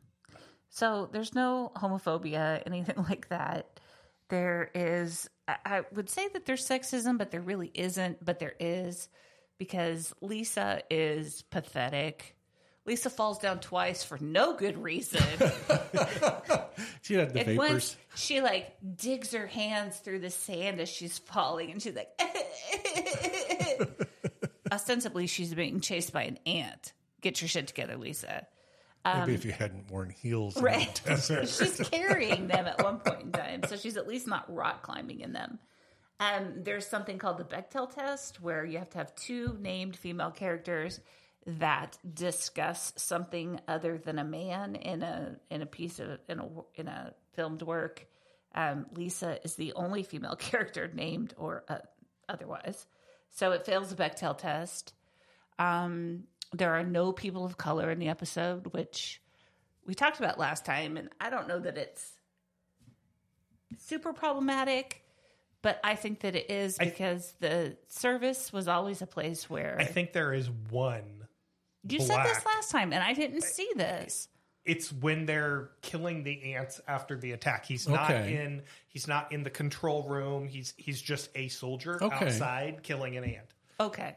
S2: So there's no homophobia, anything like that. There is, I, I would say that there's sexism, but there really isn't, but there is because Lisa is pathetic. Lisa falls down twice for no good reason.
S1: She had the
S2: And
S1: vapors.
S2: once she like digs her hands through the sand as she's falling, and she's like, ostensibly she's being chased by an ant. Get your shit together, Lisa.
S1: Maybe if you hadn't worn heels. in the
S2: um, Right.
S1: desert.
S2: she's carrying them at one point in time, so she's at least not rock climbing in them. Um, there's something called the Bechtel test where you have to have two named female characters that discuss something other than a man in a in a piece of in a in a filmed work. Um, Lisa is the only female character named or uh, otherwise, so it fails the Bechtel test. Um, there are no people of color in the episode, which we talked about last time, and I don't know that it's super problematic, but I think that it is
S3: I th-
S2: because the service was always a place where
S3: I think there is one.
S2: you said this
S3: black.
S2: last time, and I didn't see this.
S3: It's when they're killing the ants after the attack. He's not
S1: Okay.
S3: in. He's not in the control room. He's he's just a soldier
S1: Okay.
S3: outside killing an ant.
S2: Okay,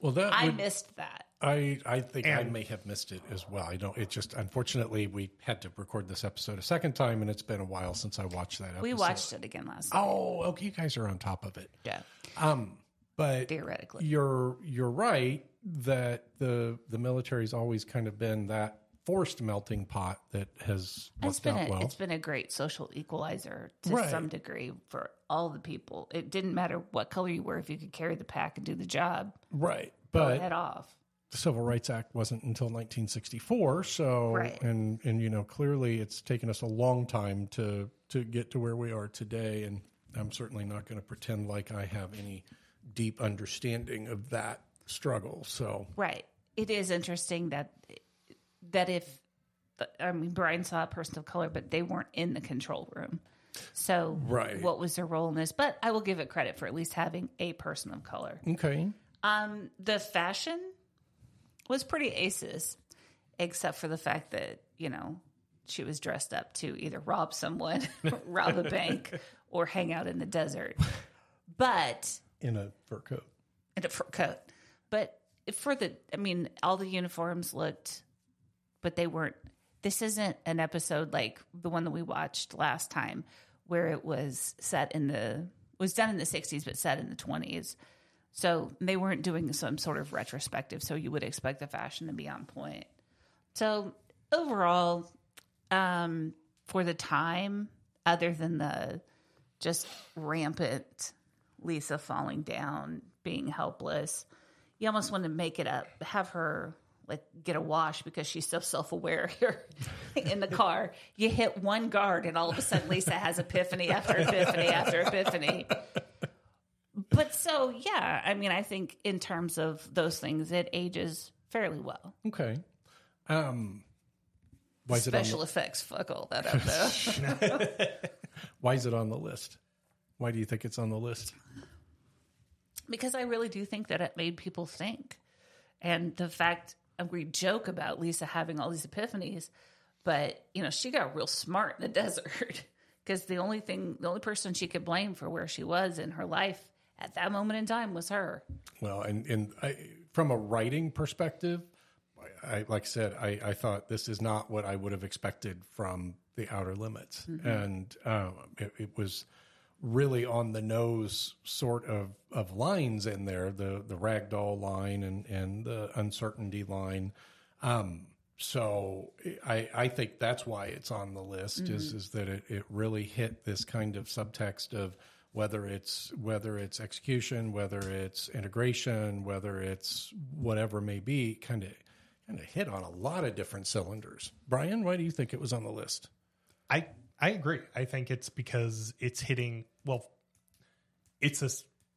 S1: Well, that
S2: I
S1: would,
S2: missed that.
S1: I I think I
S3: And-
S1: may have missed it as well. I don't. It just unfortunately we had to record this episode a second time, and it's been a while since I watched that. episode.
S2: We watched it again last. night.
S1: Oh, okay. You guys are on top of it.
S2: Yeah,
S1: Um, but
S2: theoretically.
S1: you're you're right that the the military's always kind of been that forced melting pot that has
S2: It's
S1: worked
S2: been
S1: out
S2: a,
S1: well.
S2: it's been a great social equalizer to
S1: Right.
S2: some degree for all the people. It didn't matter what color you were if you could carry the pack and do the job.
S1: right,
S2: But,
S1: but
S2: head off.
S1: the Civil Rights Act wasn't until 1964. So,
S2: Right.
S1: and and you know, clearly it's taken us a long time to to get to where we are today. And I'm certainly not going to pretend like I have any deep understanding of that struggle. So,
S2: Right. It is interesting that that if I mean Brian saw a person of color, but they weren't in the control room. So
S1: Right.
S2: what was their role in this? But I will give it credit for at least having a person of color.
S1: okay,
S2: Um, the fashion was pretty aces, except for the fact that you know she was dressed up to either rob someone, rob a bank, or hang out in the desert. But
S1: in a fur coat.
S2: and a fur coat. But for the, I mean, all the uniforms looked, but they weren't. This isn't an episode like the one that we watched last time, where it was set in the was done in the '60s but set in the '20s. So they weren't doing some sort of retrospective. So you would expect the fashion to be on point. So overall, um, for the time, other than the just rampant Lisa falling down, being helpless. You almost want to make it up, have her like get a wash because she's so self aware here in the car. You hit one guard, and all of a sudden Lisa has epiphany after epiphany after epiphany. But so, yeah, I mean, I think in terms of those things, it ages fairly well.
S1: Okay, um, why is it on
S2: Special
S1: the,
S2: effects, fuck all that up though.
S1: why is it on the list? Why do you think it's on the list?
S2: because I really do think that it made people think. And the fact and we joke about Lisa having all these epiphanies, but you know, she got real smart in the desert because the only thing, the only person she could blame for where she was in her life at that moment in time was her.
S1: Well, and and I, from a writing perspective, I, I like I said, I, I thought this is not what I would have expected from the Outer Limits, and um, it, it was really on the nose sort of, of lines in there the the ragdoll line and and the uncertainty line. Um, so I I think that's why it's on the list is is that it, it really hit this kind of subtext of whether it's whether it's execution, whether it's integration, whether it's whatever may be, kind of kind of hit on a lot of different cylinders. Brian, why do you think it was on the list?
S3: I I agree. I think it's because it's hitting well. It's a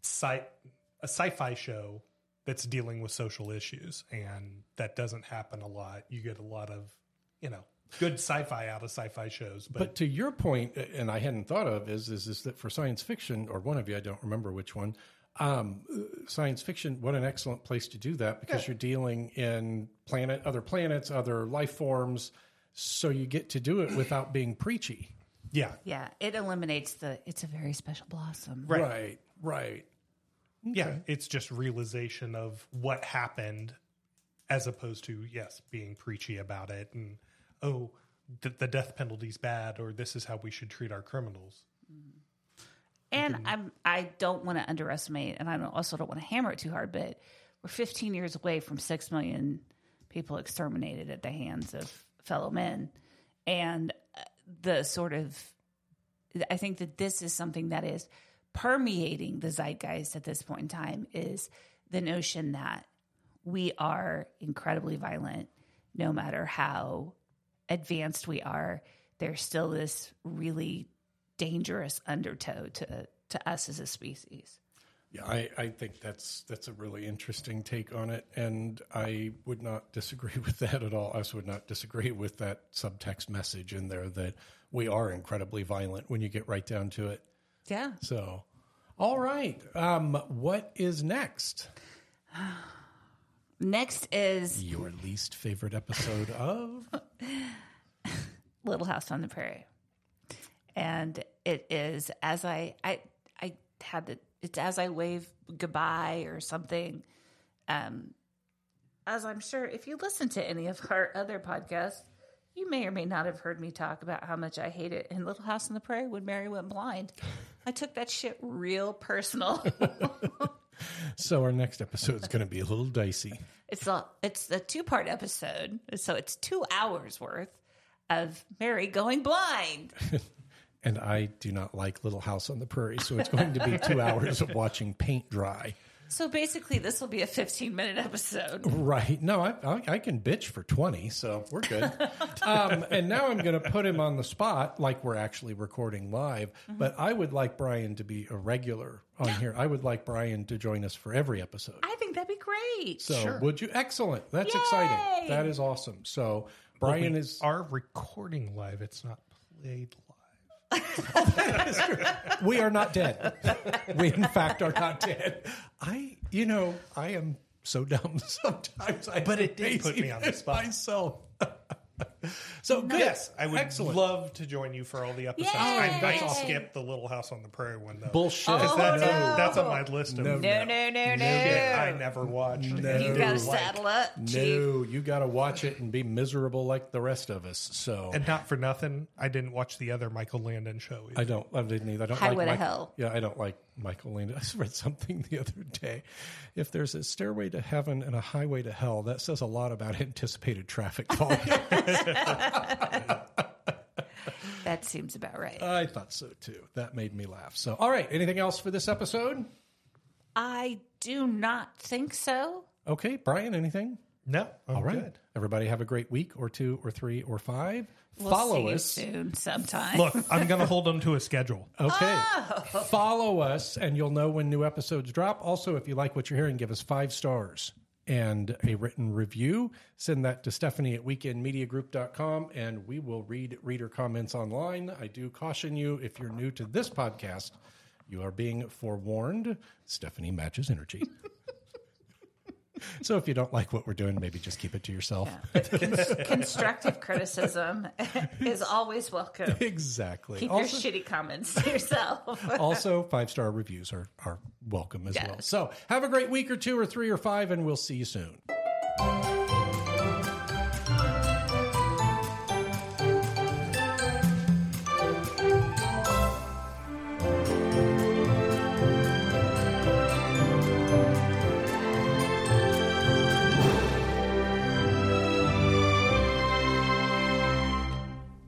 S3: sci a sci-fi show that's dealing with social issues, and that doesn't happen a lot. You get a lot of you know good sci-fi out of sci-fi shows, but,
S1: But to your point, and I hadn't thought of is is, is that for science fiction, or one of you, I don't remember which one, um, uh, science fiction. What an excellent place to do that because you're dealing in planet, other planets, other life forms, so you get to do it without being preachy.
S3: yeah,
S2: Yeah, it eliminates the. It's a very special blossom.
S3: Right.
S1: right. right.
S3: yeah, it's just realization of what happened, as opposed to yes, being preachy about it and oh, th- the death penalty's bad, or this is how we should treat our criminals.
S2: And I'm I don't want to underestimate, and I don't, also don't want to hammer it too hard, but we're 15 years away from six million people exterminated at the hands of fellow men, and uh, the sort of I think that this is something that is permeating the zeitgeist at this point in time is the notion that we are incredibly violent no matter how advanced we are there's still this really dangerous undertow to to us as a species
S1: Yeah, I, I think that's that's a really interesting take on it, and I would not disagree with that at all. I also would not disagree with that subtext message in there that we are incredibly violent when you get right down to it.
S2: yeah
S1: So, all right, um, what is next?
S2: next is
S1: Your least favorite episode of
S2: Little House on the Prairie, and it is as I I I had the it's as I wave goodbye or something. Um, as I'm sure, if you listen to any of our other podcasts, you may or may not have heard me talk about how much I hate it. In Little House on the Prairie, when Mary went blind, I took that shit real personal.
S1: So our next episode is going to be a little dicey.
S2: It's a it's a two part episode, so it's two hours worth of Mary going blind.
S1: And I do not like Little House on the Prairie, so it's going to be two hours of watching paint dry.
S2: So basically, this will be a 15 minute episode.
S1: Right. No, I, I, I can bitch for 20, so we're good. um, and now I'm going to put him on the spot like we're actually recording live. But I would like Brian to be a regular on here. I would like Brian to join us for every episode.
S2: I think that'd be great.
S1: So would you? Excellent. That's exciting.
S2: Yay!
S1: That is awesome. So Brian
S3: We
S1: is.
S3: are recording live. It's not played live.
S1: we are not dead. We, in fact, are not dead. I, you know, I am so dumb sometimes. I
S3: But it did put
S1: amaze
S3: me on the spot.
S1: myself. so good.
S3: Yes, I would
S1: Excellent.
S3: love to join you for all the episodes.
S2: Yay!
S3: I might skip the Little House on the Prairie one though.
S1: Bullshit.
S2: Oh,
S3: That's,
S2: no.
S3: that's on my list of
S1: No.
S2: no, no, no, no.
S3: shit I never watched.
S2: you got to saddle up, Chief.
S1: No, you got to watch it and be miserable like the rest of us. So
S3: And not for nothing, I didn't watch the other Michael Landon show. Either.
S1: I don't. I didn't either. I don't
S2: Highway
S1: like Mike-
S2: to Hell.
S1: Yeah, I don't like Michael Landon. I read something the other day. If there's a stairway to heaven and a highway to hell, that says a lot about anticipated traffic volume.
S2: That seems about right.
S1: I thought so too. That made me laugh. So, all right. Anything else for this episode?
S2: I do not think so.
S1: Okay, Brian. Anything?
S3: No, I'm
S1: All right.
S3: good.
S1: Everybody have a great week or two or three or 5
S2: We'll
S1: Follow
S2: see
S1: us.
S2: you soon sometime.
S3: Look, I'm going to hold them to a schedule.
S1: Okay.
S2: Oh.
S1: Follow us and you'll know when new episodes drop. Also, if you like what you're hearing, give us five stars and a written review. Send that to Stephanie at weekendmediagroup.com and we will read reader comments online. I do caution you if you're new to this podcast, you are being forewarned. Stephanie matches energy. so if you don't like what we're doing, maybe just keep it to yourself.
S2: Constructive criticism is always welcome.
S1: Exactly.
S2: Keep
S1: Also-
S2: your shitty comments to yourself.
S1: also, five star reviews are, are welcome as well. So, have a great week or two or three or five, and we'll see you soon.